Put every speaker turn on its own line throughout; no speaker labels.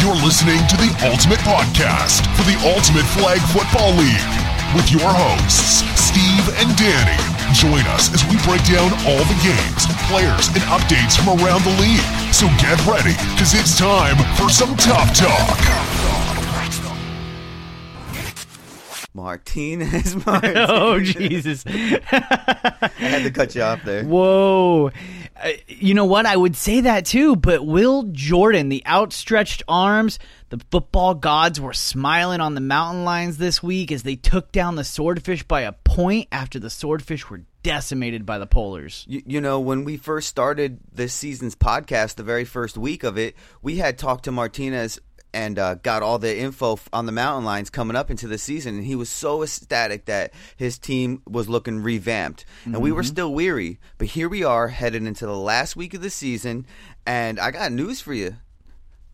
You're listening to the Ultimate Podcast for the Ultimate Flag Football League with your hosts, Steve and Danny. Join us as we break down all the games, players, and updates from around the league. So get ready, because it's time for some Top Talk.
Martinez, Martinez.
Oh Jesus!
I had to cut you off there.
Whoa! Uh, you know what? I would say that too, but Will Jordan, the outstretched arms, the football gods were smiling on the mountain lions this week as they took down the swordfish by a point after the swordfish were decimated by the polars.
You, you know, when we first started this season's podcast, the very first week of it, we had talked to Martinez and uh, got all the info f- on the mountain lines coming up into the season. And he was so ecstatic that his team was looking revamped. And we were still weary, but here we are headed into the last week of the season. And I got news for you.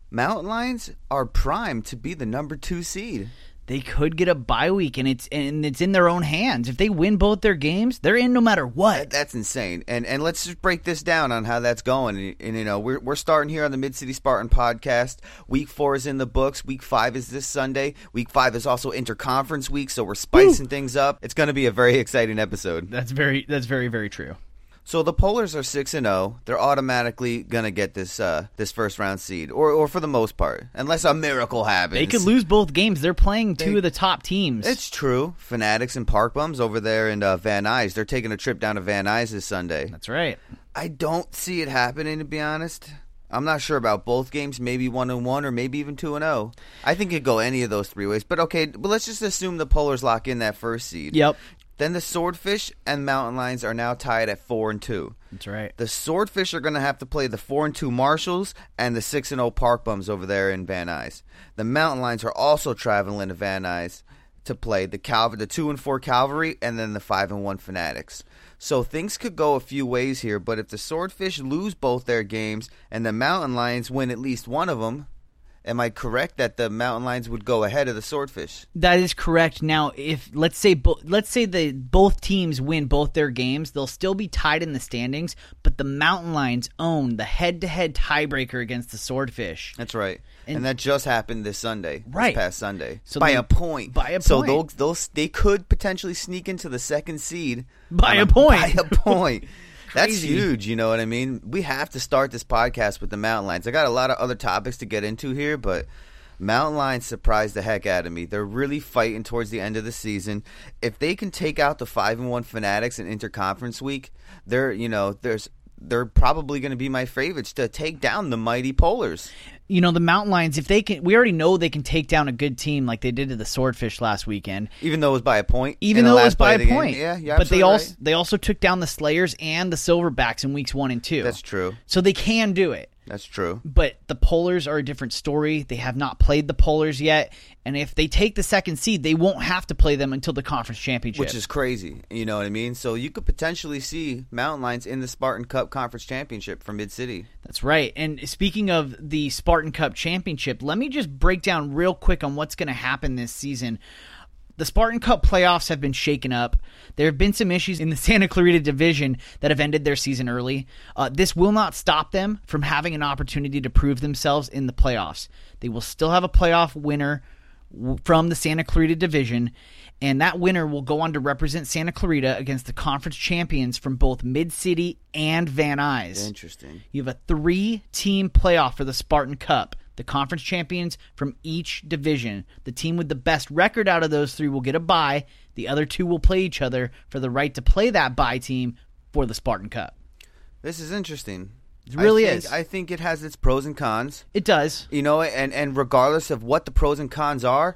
Mountain Lions are primed to be the number two seed.
They could get a bye week, and it's and it's in their own hands. If they win both their games, they're in no matter what.
That's insane. And and let's just break this down on how that's going. And, and, you know, we're we're starting here on the Mid City Spartan podcast. Week four is in the books. Week five is this Sunday. Week five is also interconference week, so we're spicing things up. It's going to be a very exciting episode.
That's very that's very very true.
So the Polars are six and zero. They're automatically going to get this uh, this first round seed, or or for the most part, unless a miracle happens.
They could lose both games. They're playing two of the top teams.
It's true. Fanatics and Park Bums over there in uh, Van Nuys. They're taking a trip down to Van Nuys this Sunday.
that's right.
I don't see it happening to be honest. I'm not sure about both games, maybe one and one or maybe even two and oh. I think it'd go any of those three ways. But okay, but let's just assume the Polars lock in that first seed.
Yep.
Then the Swordfish and Mountain Lions are now tied at four and two.
That's right.
The Swordfish are going to have to play the four and two Marshals and the six and zero Park Bums over there in Van Nuys. The Mountain Lions are also traveling to Van Nuys to play the Calv- the two and four Cavalry, and then the five and one Fanatics. So things could go a few ways here, but if the Swordfish lose both their games and the Mountain Lions win at least one of them, am I correct that the Mountain Lions would go ahead of the Swordfish?
That is correct. Now, if let's say bo- let's say the both teams win both their games, they'll still be tied in the standings, but the Mountain Lions own the head-to-head tiebreaker against the Swordfish.
That's right. And,
And-
that just happened this Sunday,
Right.
This past Sunday,
So
by
they-
a point.
by a
So
point.
they'll, they'll they could potentially sneak into the second seed
By
on
a point.
By a point. That's
Crazy.
huge. You know what I mean? We have to start this podcast with the Mountain Lions. I got a lot of other topics to get into here, but Mountain Lions surprised the heck out of me. They're really fighting towards the end of the season. If they can take out the five and one Fanatics in interconference week, they're you know there's they're probably going to be my favorites to take down the mighty Polars.
You know, the Mountain Lions, if they can, we already know they can take down a good team like they did to the Swordfish last weekend.
Even though it was by a point.
Even
in the
though it
last
was
play
by
of
a
the game.
point,
Yeah, yeah.
but they also they also took down the Slayers and the Silverbacks in weeks one and two.
That's true.
So they can do it.
That's true.
but the Polars are a different story. They have not played the Polars yet, and if they take the second seed, they won't have to play them until the conference championship.
Which is crazy. You know what I mean? So you could potentially see Mountain Lions in the Spartan Cup Conference Championship for Mid City.
that's right. And speaking of the Spartan Cup championship, let me just break down real quick on what's going to happen this season. The Spartan Cup playoffs have been shaken up. There have been some issues in the Santa Clarita division that have ended their season early. Uh, this will not stop them from having an opportunity to prove themselves in the playoffs. They will still have a playoff winner w- from the Santa Clarita division, and that winner will go on to represent Santa Clarita against the conference champions from both Mid City and Van Nuys.
Interesting.
You have a three team playoff for the Spartan Cup. The conference champions from each division. The team with the best record out of those three will get a bye. The other two will play each other for the right to play that bye team for the Spartan Cup.
This is interesting. It
really
I think,
is.
I think it has its pros and cons.
It does.
You know, and, and regardless of what the pros and cons are,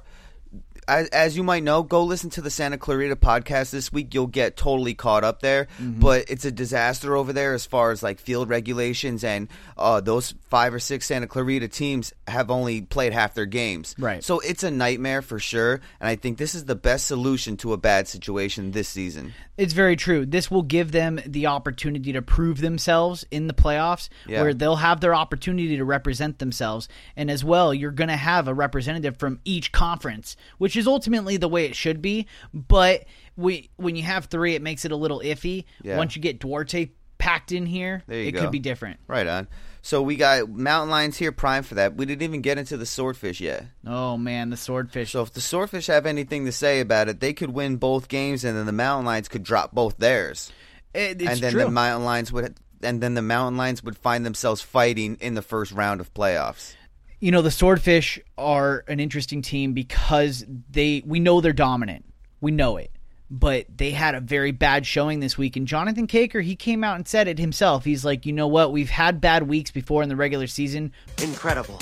as, as you might know, go listen to the Santa Clarita podcast this week. You'll get totally caught up there. But it's a disaster over there as far as like field regulations and uh, those five or six Santa Clarita teams have only played half their games.
Right.
So it's a nightmare for sure. And I think this is the best solution to a bad situation this season.
It's very true. This will give them the opportunity to prove themselves in the playoffs,
Yeah.
where they'll have their opportunity to represent themselves. And as well, you're going to have a representative from each conference, which which is ultimately the way it should be. But we when you have three, it makes it a little iffy.
Yeah.
Once you get Duarte packed in here,
There you
it
go.
could be different.
Right on. So we got mountain lions here prime for that. We didn't even get into the swordfish yet.
Oh man, the swordfish.
So if the swordfish have anything to say about it, they could win both games, and then the mountain lions could drop both theirs,
It- it's
and then
true.
the mountain lions would, and then the mountain lions would find themselves fighting in the first round of playoffs.
you know the swordfish are an interesting team because they we know they're dominant we know it but they had a very bad showing this week and jonathan caker he came out and said it himself he's like you know what we've had bad weeks before in the regular season
Incredible.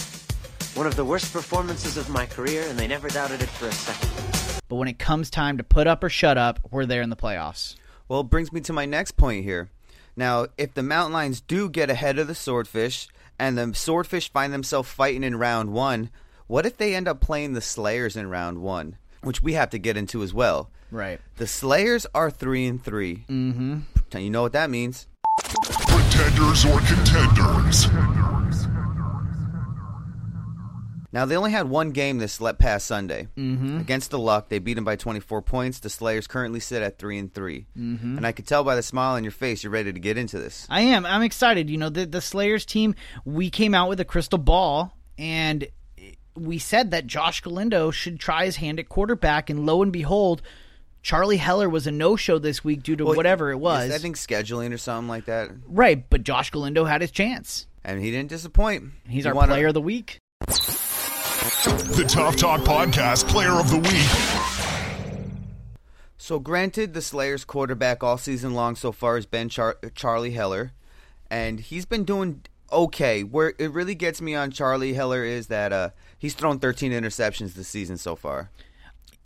One of the worst performances of my career, and they never doubted it for a second.
but when it comes time to put up or shut up we're there in the playoffs
Well, it brings me to my next point here. Now, if the mountain lions do get ahead of the swordfish, and the swordfish find themselves fighting in round one, what if they end up playing the Slayers in round one, which we have to get into as well?
right
The Slayers are three and 3 Mm-hmm. You know what that means.
Pretenders or contenders.
Now they only had one game this let past Sunday
Mm-hmm.
against the Luck. They beat them by 24 points. The Slayers currently sit at three and 3 mm-hmm. and I could tell by the smile on your face you're ready to get into this.
I am. I'm excited. You know, the, the Slayers team, we came out with a crystal ball and we said that Josh Galindo should try his hand at quarterback. And lo and behold, Charlie Heller was a no show this week due to whatever it was.
I think scheduling or something like that,
right. But Josh Galindo had his chance.
and he didn't disappoint.
He's
He
our
won a-
player of the week.
The Tough Talk Podcast Player of the Week.
So, granted, the Slayers quarterback all season long so far has been Char- Charlie Heller, and he's been doing okay. Where it really gets me on Charlie Heller is that uh, he's thrown 13 interceptions this season so far,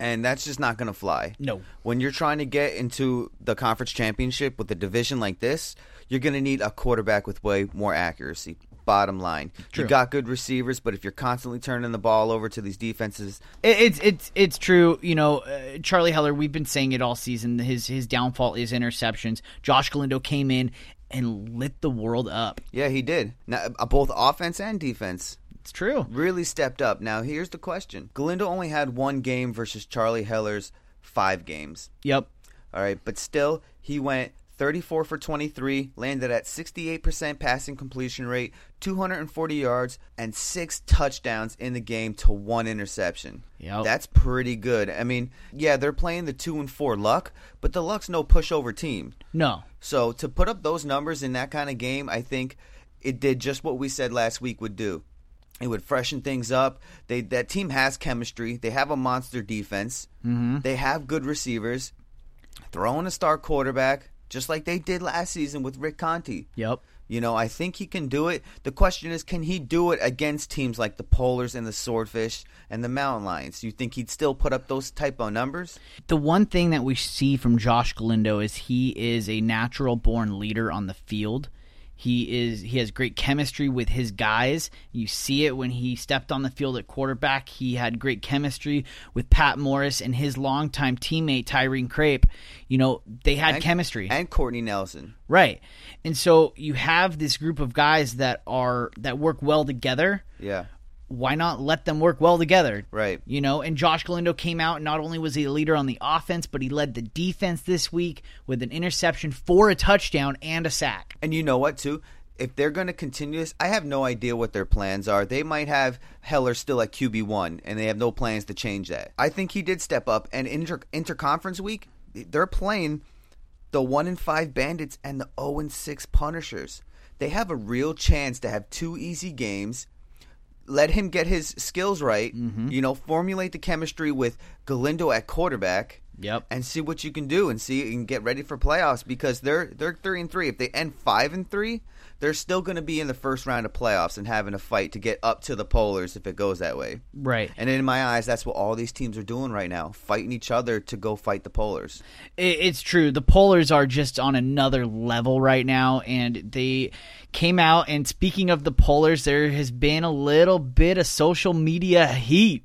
and that's just not going to fly.
No.
When you're trying to get into the conference championship with a division like this, you're going to need a quarterback with way more accuracy. Bottom line,
True.
you got good receivers, but if you're constantly turning the ball over to these defenses,
It, it's it's it's true. You know, uh, Charlie Heller. We've been saying it all season. His his downfall is interceptions. Josh Galindo came in and lit the world up.
yeah, he did. Now, uh, both offense and defense.
It's true.
really stepped up. Now, here's the question Galindo only had one game versus Charlie Heller's five games.
Yep.
All right, but still, he went 34 for 23, landed at 68% passing completion rate, 240 yards, and six touchdowns in the game to one interception.
Yep.
That's pretty good. I mean, yeah, they're playing the two and four luck, but the luck's no pushover team.
No.
So to put up those numbers in that kind of game, I think it did just what we said last week would do. It would freshen things up. They that team has chemistry. They have a monster defense. Mm-hmm. They have good receivers. Throw in a star quarterback, just like they did last season with Rick Conti.
Yep.
You know, I think he can do it. The question is, can he do it against teams like the Polars and the Swordfish and the Mountain Lions? You think he'd still put up those type of numbers?
the one thing that we see from Josh Galindo is he is a natural born leader on the field. He is he has great chemistry with his guys. You see it when he stepped on the field at quarterback. He had great chemistry with Pat Morris and his longtime teammate Tyreen Crape. You know, they had chemistry.
And Courtney Nelson.
right. And so you have this group of guys that are that work well together
Yeah.
why not let them work well together?
Right.
You know, and Josh Galindo came out and not only was he a leader on the offense, but he led the defense this week with an interception for a touchdown and a sack.
And you know what, too? If they're going to continue this, I have no idea what their plans are. They might have Heller still at QB1, and they have no plans to change that. I think he did step up. And inter- interconference week, they're playing the 1 and 5 Bandits and the 0 and 6 Punishers. They have a real chance to have two easy games. Let him get his skills right, you know, formulate the chemistry with Galindo at quarterback
Yep.
and see what you can do and see and get ready for playoffs because they're they're three and three. If they end five and three, they're still going to be in the first round of playoffs and having a fight to get up to the Polars if it goes that way.
Right.
And in my eyes, that's what all these teams are doing right now, fighting each other to go fight the Polars.
It, it's true. The Polars are just on another level right now, and they came out. And speaking of the Polars, there has been a little bit of social media heat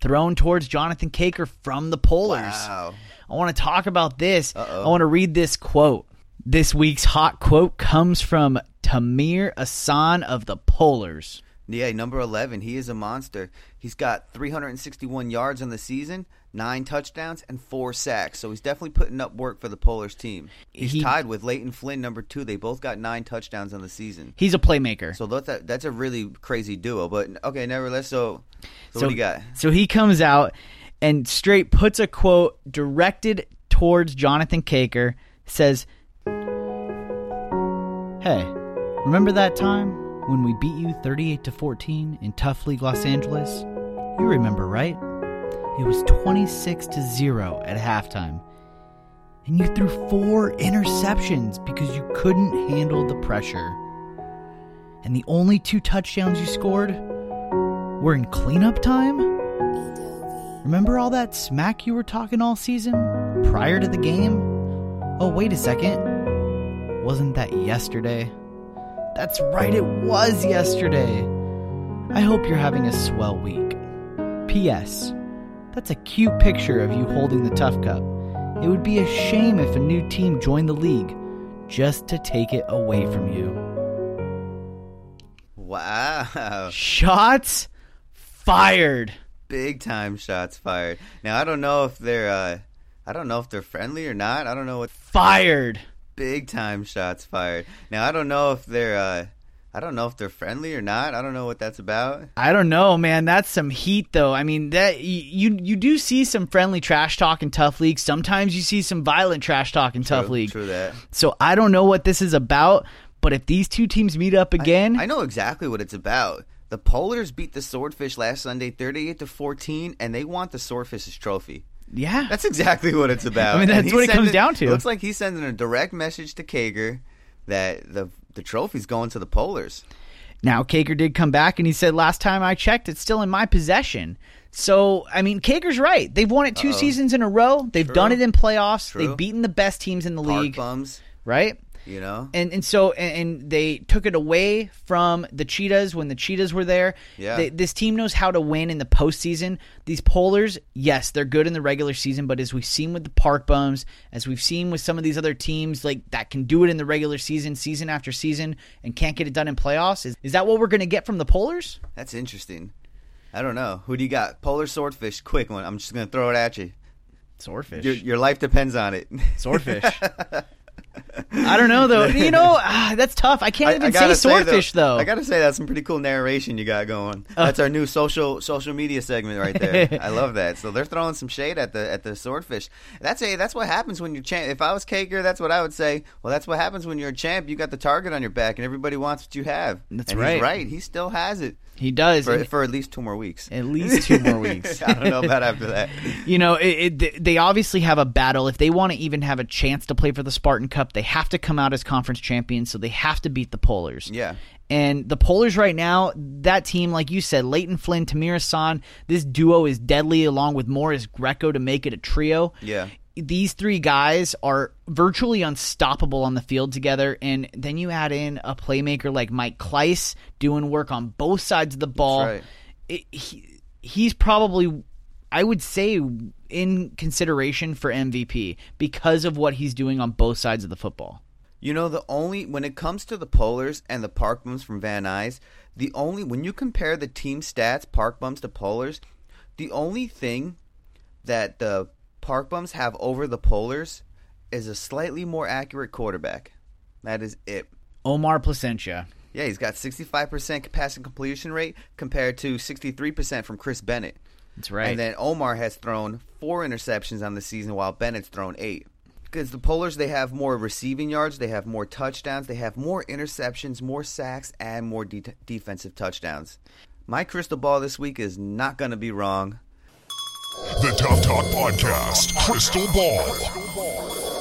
thrown towards Jonathan Caker from the Polars.
Wow.
I want to talk about this. I want to read this quote. This week's hot quote comes from Tamir Asan of the Polars.
Yeah, number 11. He is a monster. He's got 361 yards on the season, nine touchdowns, and four sacks. So he's definitely putting up work for the Polars team. He's
He-
tied with Leighton Flynn, number two. They both got nine touchdowns on the season.
He's a playmaker.
So that's a, that's a really crazy duo. But okay, nevertheless, so, so, what do you got?
So he comes out and straight puts a quote directed towards Jonathan Caker, says, Hey, remember that time when we beat you 38 to 14 in Tough League Los Angeles? You remember, right? It was 26 to 0 at halftime. And you threw four interceptions because you couldn't handle the pressure. And the only two touchdowns you scored we're in cleanup time? Remember all that smack you were talking all season? Prior to the game? Oh, wait a second. Wasn't that yesterday? That's right, it was yesterday. I hope you're having a swell week. P.S. That's a cute picture of you holding the Tough Cup. It would be a shame if a new team joined the league just to take it away from you.
Wow.
Shots fired.
Big time shots fired. Now, I don't know if they're. Uh, I don't know if they're friendly or not. I don't know what
Fired.
big time shots fired. Now I don't know if they're uh I don't know if they're friendly or not. I don't know what that's about.
I don't know, man. That's some heat, though. I mean, that y- you you do see some friendly trash talk in tough league. Sometimes you see some violent trash talk in tough
True-
league.
True that.
So I don't know what this is about. But if these two teams meet up again,
I know exactly what it's about. The Polars beat the Swordfish last Sunday 38 to 14 and they want the Swordfish's trophy.
yeah,
That's exactly what it's about.
I mean,
And
that's
he's
what it comes
sending-
down to.
Looks like he's sending a direct message to Kager that the the trophy's going to the Polars.
Now, Caker did come back and he said, Last time I checked, it's still in my possession. So, I mean, Caker's right. They've won it 2 seasons in a row. They've done it in playoffs.
True.
They've beaten the best teams in the
Hard
league,
bums,
right?
you know.
And and so and, and they took it away from the Cheetahs when the Cheetahs were there.
Yeah.
They, this team knows how to win in the postseason. These Polars, yes, they're good in the regular season, but as we've seen with the Park Bums, as we've seen with some of these other teams like that can do it in the regular season, season after season, and can't get it done in playoffs, is, is that what we're going to get from the Polars?
That's interesting. I don't know. Who do you got? Polar Swordfish, quick one. I'm just going to throw it at you.
Swordfish.
Your, your life depends on it.
swordfish. I don't know though. You know, ah, that's tough. I can't even say
gotta
swordfish though. Uh.
I gotta say that's some pretty cool narration you got going. that's our new social social media segment right there. I love that. So they're throwing some shade at the at the swordfish. That's a that's what happens when you're champ. If I was Kaker, that's what I would say. Well, that's what happens when you're a champ. You got the target on your back, and everybody wants what you have.
That's
And
right.
He's right. He still has it
he does.
for,
and-
for at least two more weeks.
At least two more weeks.
I don't know about after that.
you know, it, it, they obviously have a battle. If they want to even have a chance to play for the Spartan Cup, they have to come out as conference champions, so they have to beat the Polars.
Yeah.
And the Polars right now, that team, like you said, Leighton Flynn, Tamir Hassan, this duo is deadly, along with Morris Greco to make it a trio.
Yeah.
These three guys are virtually unstoppable on the field together. And then you add in a playmaker like Mike Kleiss doing work on both sides of the ball
right.
it, he he's probably I would say in consideration for MVP because of what he's doing on both sides of the football.
You know, the only when it comes to the Polars and the Park Bums from Van Nuys, the only when you compare the team stats, Park Bums to Polars, the only thing that the Park Bums have over the Polars is a slightly more accurate quarterback. That is it.
Omar Placentia.
Yeah, he's got 65% passing completion rate compared to 63% from Chris Bennett.
That's right.
And then Omar has thrown four interceptions on the season, while Bennett's thrown eight. Because the Polars, they have more receiving yards, they have more touchdowns, they have more interceptions, more sacks, and more de- defensive touchdowns. My crystal ball this week is not going to be wrong.
The Tough Talk Podcast, Crystal Ball.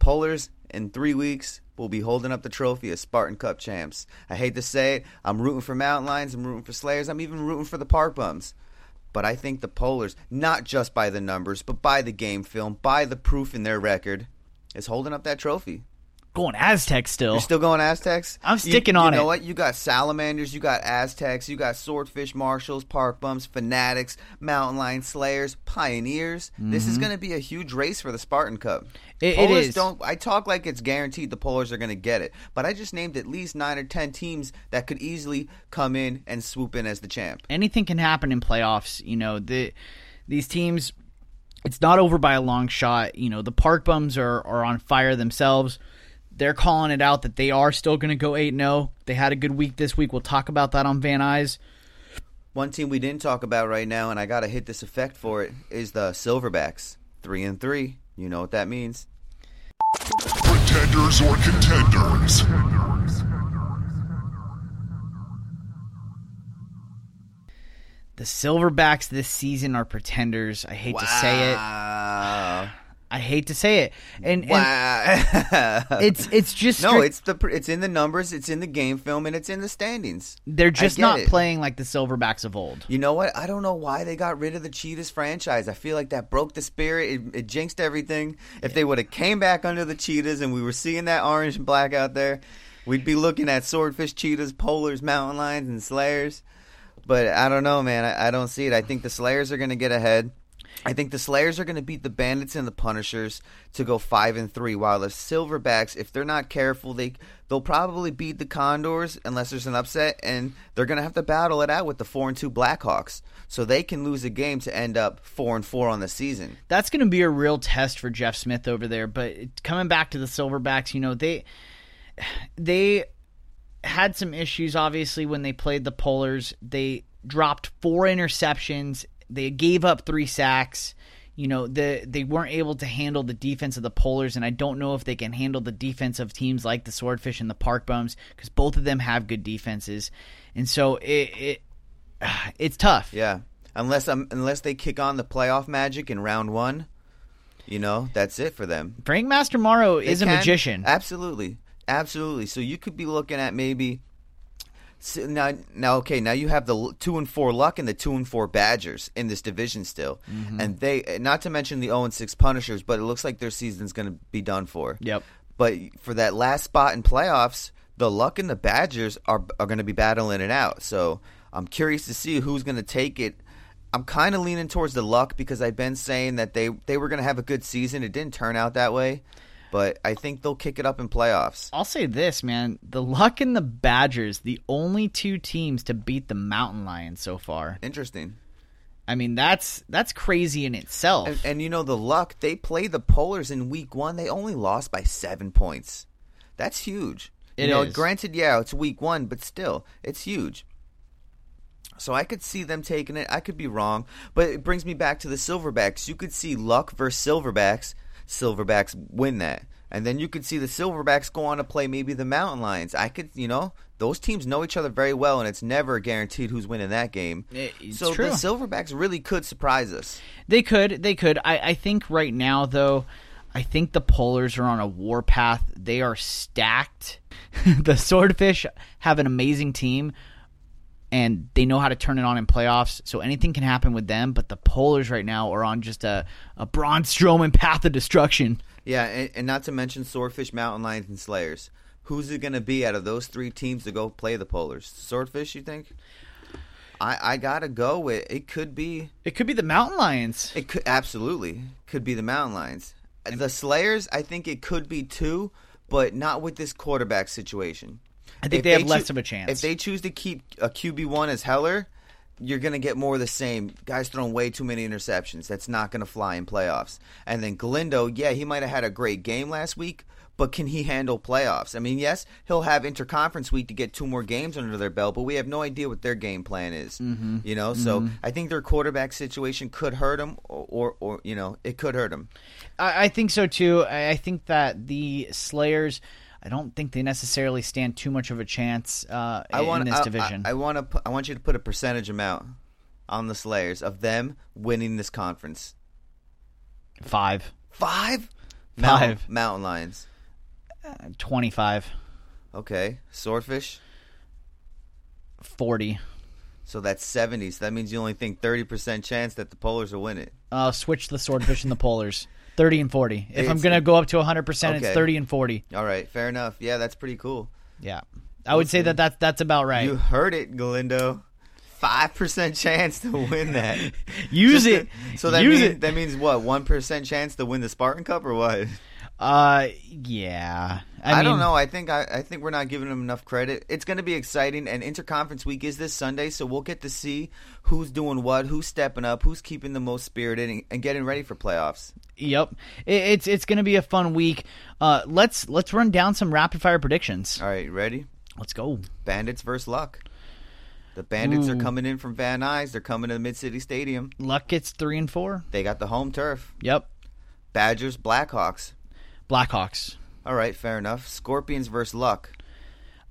Polars in three weeks will be holding up the trophy as Spartan Cup champs. I hate to say it, I'm rooting for Mountain Lions, I'm rooting for Slayers, I'm even rooting for the Park Bums. But I think the Polars, not just by the numbers, but by the game film, by the proof in their record, is holding up that trophy.
going Aztec still.
You're still going Aztecs?
I'm
You-
sticking on
You know
it.
what? You got salamanders, you got Aztecs, you got swordfish marshals, park bums, fanatics, mountain lion slayers, pioneers. This is going to be a huge race for the Spartan Cup.
Mm-hmm. It- it
Polars
is.
don't. I talk like it's guaranteed the Polars are going to get it, but I just named at least nine or ten teams that could easily come in and swoop in as the champ.
Anything can happen in playoffs. You know the these teams. It's not over by a long shot. You know the Park Bums are are on fire themselves. They're calling it out that they are still going to go eight 0 They had a good week this week. We'll talk about that on Van Nuys.
One team we didn't talk about right now, and I got to hit this effect for it, is the Silverbacks. Three and three. You know what that means.
Pretenders or contenders.
The Silverbacks this season are pretenders. I hate to say it.
Wow.
I hate to say it. And, and
Wow.
it's it's just
no,
strict-
it's the pr- it's in the numbers, it's in the game film, and it's in the standings.
they're just
get
not
it.
playing like the Silverbacks of old.
You know what? I don't know why they got rid of the Cheetahs franchise. I feel like that broke the spirit. It, it jinxed everything. If they would have came back under the Cheetahs and we were seeing that orange and black out there, we'd be looking at swordfish, cheetahs, polars, mountain lions, and slayers. But I don't know, man. I, I don't see it. I think the Slayers are going to get ahead. I think the Slayers are going to beat the Bandits and the Punishers to go five and three. While the Silverbacks, if they're not careful, they they'll probably beat the Condors unless there's an upset, and they're going to have to battle it out with the four and two Blackhawks. So they can lose a game to end up four and four on the season.
That's going to be a real test for Jeff Smith over there. But it- coming back to the Silverbacks, you know they they had some issues obviously when they played the Polars. They dropped four interceptions. They gave up three sacks. You know, the they weren't able to handle the defense of the Polars, and I don't know if they can handle the defense of teams like the Swordfish and the Park Bums because both of them have good defenses, and so it, it it's tough.
Yeah, unless um, unless they kick on the playoff magic in round one, you know that's it for them.
Frank Mastermaro is a
can.
magician.
Absolutely, absolutely. So you could be looking at maybe s- now. Now, okay, now you have the l- two and four luck and the two and four Badgers in this division still,
Mm-hmm.
and they not to mention the zero and six Punishers. But it looks like their season's going to be done for.
Yep.
But for that last spot in playoffs, the Luck and the Badgers are are going to be battling it out. So I'm curious to see who's going to take it. I'm kind of leaning towards the Luck because I've been saying that they they were going to have a good season. It didn't turn out that way, but I think they'll kick it up in playoffs.
I'll say this, man. The Luck and the Badgers, the only two teams to beat the Mountain Lions so far.
Interesting.
I mean, that's that's crazy in itself.
And, and you know the Luck they played the Polars in week 1. They only lost by 7 points. That's huge.
It
you know,
is.
granted yeah, it's week 1, but still, it's huge. So I could see them taking it. I could be wrong, but it brings me back to the Silverbacks. You could see Luck versus Silverbacks. Silverbacks win that, and then you could see the Silverbacks go on to play maybe the Mountain Lions. I could, you know, those teams know each other very well, and it's never guaranteed who's winning that game.
It- it's
so
true.
the Silverbacks really could surprise us.
They could, they could. I, I think right now though, I think the Polars are on a war path. They are stacked. the Swordfish have an amazing team and they know how to turn it on in playoffs, so anything can happen with them, but the Polars right now are on just a, a Braun Strowman path of destruction.
Yeah, and, and not to mention Swordfish, Mountain Lions, and Slayers. Who's it going to be out of those three teams to go play the Polars? Swordfish, you think? I I gotta go with it. Could be
It could be the Mountain Lions.
it. Could absolutely could be the Mountain Lions. The Slayers, I think it could be two, but not with this quarterback situation.
I think
If
they have
choo-
less of a chance.
If they choose to keep a QB one as Heller, you're going to get more of the same. Guys throwing way too many interceptions. That's not going to fly in playoffs. And then Galindo, yeah, he might have had a great game last week, but can he handle playoffs? I mean, yes, he'll have interconference week to get two more games under their belt, but we have no idea what their game plan is.
Mm-hmm.
You know, so I think their quarterback situation could hurt them, or, or, or you know, it could hurt them.
I, I think so too. I, I think that the Slayers. I don't think they necessarily stand too much of a chance uh,
I
in
want
this
I,
division.
I, I want to. Pu- I want you to put a percentage amount on the Slayers of them winning this conference.
Five,
Five,
Five.
Mountain, mountain lions.
twenty-five,
Okay, swordfish.
forty.
So that's seventy. So that means you only think thirty percent chance that the Polars will win it.
Uh, switch the swordfish and the polars. 30 and 40. If I'm
It's-
going to go up to 100%, it's
Okay.
30 and 40.
All right, fair enough. Yeah, that's pretty cool.
Yeah. I would say that that's, that's about right.
You heard it, Galindo. Five percent chance to win that.
Use
Just
it.
to- so that
Use
means
it.
that means what? One percent chance to win the Spartan Cup or what?
Uh, yeah. I,
I,
mean,
don't know. I think I, I think we're not giving them enough credit. It's going to be exciting, and interconference week is this Sunday, so we'll get to see who's doing what, who's stepping up, who's keeping the most spirit in, and getting ready for playoffs.
Yep. It, it's it's going to be a fun week. Uh, let's let's run down some rapid fire predictions.
All right, ready?
Let's go.
Bandits versus Luck. The Bandits are
Ooh.
coming in from Van Nuys. They're coming to the Mid City Stadium.
Luck gets three and four.
They got the home turf.
Yep.
Badgers, Blackhawks.
Blackhawks.
All right, fair enough. Scorpions versus Luck.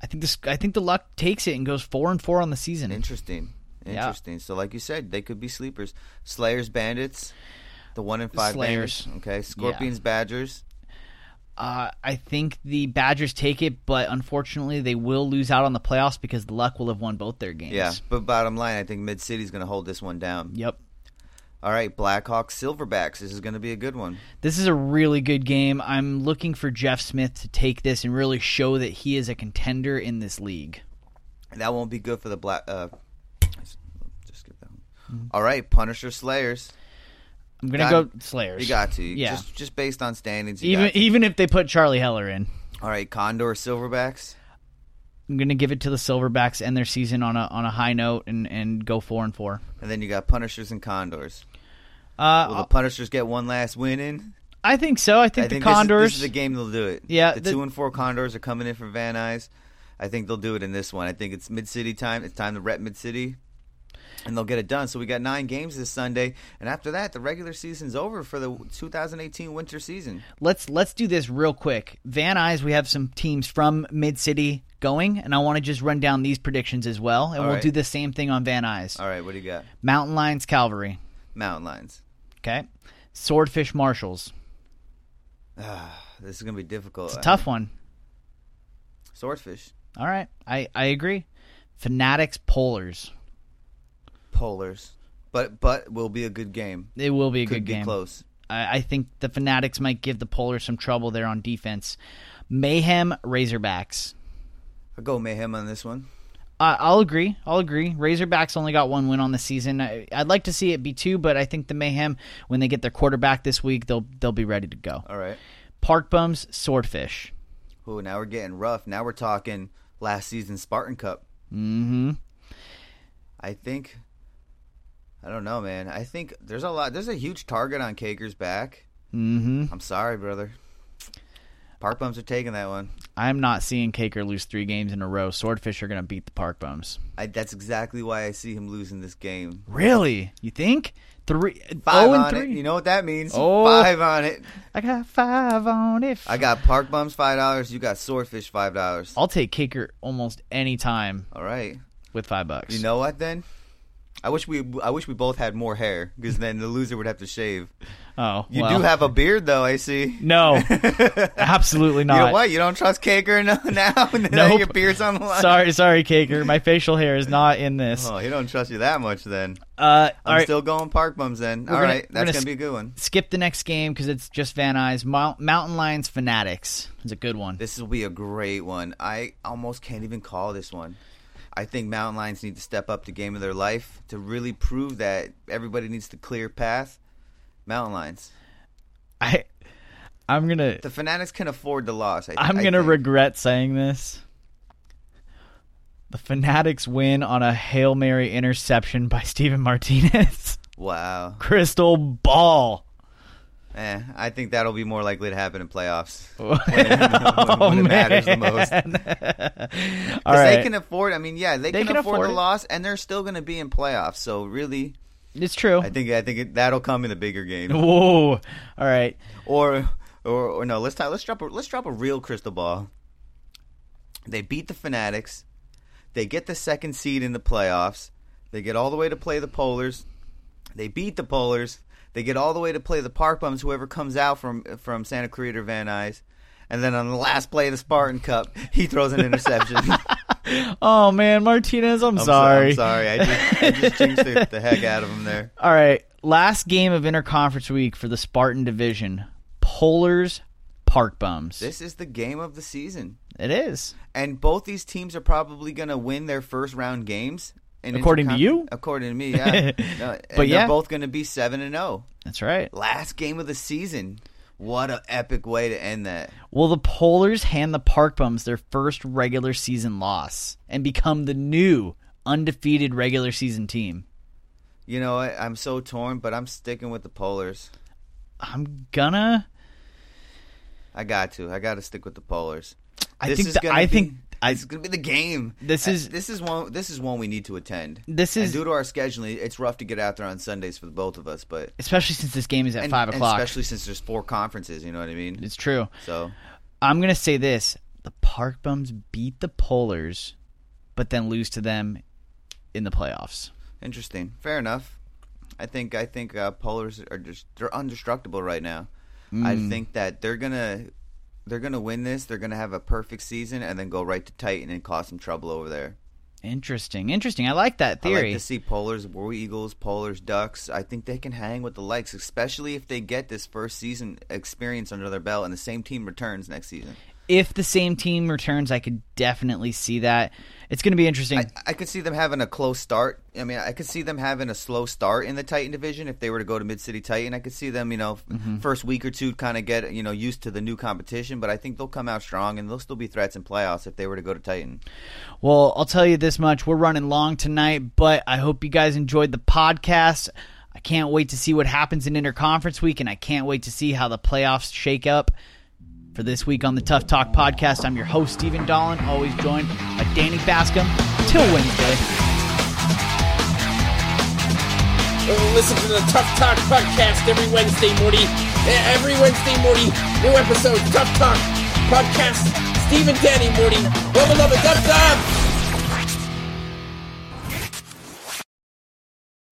I think this. I think the luck takes it and goes four and four on the season.
Interesting. Interesting. So, like you said, they could be sleepers. Slayers, Bandits. The one in five
Slayers.
Bandits. Okay. Scorpions, Badgers.
Uh, I think the Badgers take it, but unfortunately, they will lose out on the playoffs because the luck will have won both their games.
Yeah. But bottom line, I think Mid City's going to hold this one down.
Yep.
All right, Blackhawks, Silverbacks. This is going to be a good one.
This is a really good game. I'm looking for Jeff Smith to take this and really show that he is a contender in this league.
That won't be good for the Black. Uh, just skip that
Mm-hmm.
one. All right, Punisher, Slayers.
I'm gonna
Got-
go Slayers.
You got to.
Yeah.
Just, just based on standings. You
even
got to.
even if they put Charlie Heller in.
All right, Condor, Silverbacks.
I'm gonna give it to the Silverbacks end their season on a on a high note and and go four and four.
And then you got Punishers and Condors. Will
Uh,
the Punishers get one last win in?
I think so. I think
I
the
think this is-
Condors.
This is, the game they'll do it.
Yeah,
the,
the-
two and four Condors are coming in from Van Nuys. I think they'll do it in this one. I think it's Mid City time. It's time to rep Mid City, and they'll get it done. So we got nine games this Sunday, and after that, the regular season's over for the 2018 winter season.
let's let's do this real quick. Van Nuys, we have some teams from Mid City going, and I want to just run down these predictions as well, and
All
we'll
right.
do the same thing on Van Nuys.
All right, what do you got?
Mountain Lions, Calvary.
Mountain Lions.
Okay, Swordfish, Marshals.
This is gonna be difficult.
It's a tough one.
Swordfish,
All right, I I agree. Fanatics, Polars.
Polars, but but will be a good game.
It will be a
Could
good
be
game.
close.
I, I think the Fanatics might give the Polars some trouble there on defense. Mayhem Razorbacks.
I'll go mayhem on this one.
I I'll agree. I'll agree. Razorbacks only got one win on the season. I, I'd like to see it be two, but I think the Mayhem, when they get their quarterback this week, they'll they'll be ready to go.
All right.
Park Bums Swordfish.
Ooh, now we're getting rough. Now we're talking last season's Spartan Cup.
Mm-hmm.
I think. I don't know, man. I think there's a lot. There's a huge target on Kaker's back.
Mm-hmm.
I'm sorry, brother. Park bums are taking that one.
I'm not seeing Caker lose three games in a row. Swordfish are going to beat the Park Bums.
I, that's exactly why I see him losing this game.
Really? You think? Three.
Five
oh, and
on
three.
it. You know what that means?
Oh.
Five on it.
I got five on it.
I got Park bums five dollars. You got Swordfish five dollars.
I'll take Caker almost any time
All right.
with five bucks.
You know what then? I wish we I wish we both had more hair because then the loser would have to shave.
Oh,
You
well.
do have a beard though, I see.
no, absolutely not.
You know what? You don't trust Kaker no- now, and now
Nope.
your beard's on the line.
Sorry, sorry, Caker. My facial hair is not in this.
Oh, he don't trust you that much then.
Uh, all
I'm
right,
still going park bums then. All
gonna-
right,
we're gonna
that's gonna
sk-
be a good one.
skip the next game because it's just Van Nuys. Mount, Mountain Lions Fanatics is a good one.
This will be a great one. I almost can't even call this one. I think Mountain Lions need to step up the game of their life to really prove that everybody needs the clear path. Mountain Lions.
I, I'm gonna,
The Fanatics can afford the loss. I,
I'm
I
gonna
think.
regret saying this. The Fanatics win on a hail mary interception by Steven Martinez.
Wow.
Crystal ball.
Eh, I think that'll be more likely to happen in playoffs.
oh
when it
man!
matters the most.
All
'Cause
right,
they can afford. I mean, yeah, they,
They
can,
can
afford,
afford
the
it.
loss, and they're still going to be in playoffs. So really,
it's true.
I think I think it, that'll come in the bigger game.
Whoa! All right.
Or or, or no, let's talk, let's drop a, let's drop a real crystal ball. They beat the Fanatics. They get the second seed in the playoffs. They get all the way to play the Polars. They beat the Polars. They get all the way to play the Park Bums, whoever comes out from from Santa Cruz or Van Nuys. And then on the last play of the Spartan Cup, he throws an interception.
Oh man, Martinez,
I'm
I'm,
so-
sorry.
I'm sorry. I just, I just jinxed the, the heck out of him there.
All right, last game of interconference week for the Spartan division. holers, park bums.
This is the game of the season.
it is.
and both these teams are probably going to win their first round games. in
According to
intercon-
you?
according to me, yeah. No, and
But yeah.
they're both going to be seven and zero.
That's right.
Last game of the season. What a epic way to end that!
Will the Polars hand the Park Bums their first regular season loss and become the new undefeated regular season team?
You know, I, I'm so torn, but I'm sticking with the Polars.
I'm gonna.
I got to. I got to stick with the Polars.
I
This
think
is
the-
gonna
I
be-
think- I-
this is going to be the game.
This
Uh,
is-
this is one. This is one we need to attend.
This
And
is-
due to our scheduling, it's rough to get out there on Sundays for the both of us. But
Especially since this game is at
and-
five
and
o'clock.
especially since there's four conferences. You know what I mean?
it's true.
So
I'm gonna say this: the Park Bums beat the Polars, but then lose to them in the playoffs.
Interesting. Fair enough. I think I think uh, Polars are just they're undestructible right now. I think that they're gonna they're gonna win this. They're gonna have a perfect season and then go right to Titan and cause some trouble over there.
Interesting, interesting. I like that
I
theory.
like to see Polars, War Eagles, Polars, Ducks. I think they can hang with the likes, especially if they get this first season experience under their belt and the same team returns next season.
if the same team returns, I could definitely see that. It's gonna be interesting.
I, I could see them having a close start. I mean, I could see them having a slow start in the Titan division if they were to go to Mid City Titan. I could see them, you know, f first week or two kind of get, you know, used to the new competition, but I think they'll come out strong and they'll still be threats in playoffs if they were to go to Titan.
Well, I'll tell you this much. We're running long tonight, but I hope you guys enjoyed the podcast. I can't wait to see what happens in interconference week, and I can't wait to see how the playoffs shake up. For this week on the Tough Talk podcast, I'm your host, Stephen Dolan, always joined by Danny Bascom. Till Wednesday.
Listen to the Tough Talk podcast every Wednesday, Morty. Eh, Every Wednesday, Morty. New episode, Tough Talk podcast. Steve and Danny, Morty. Love, love, love, love.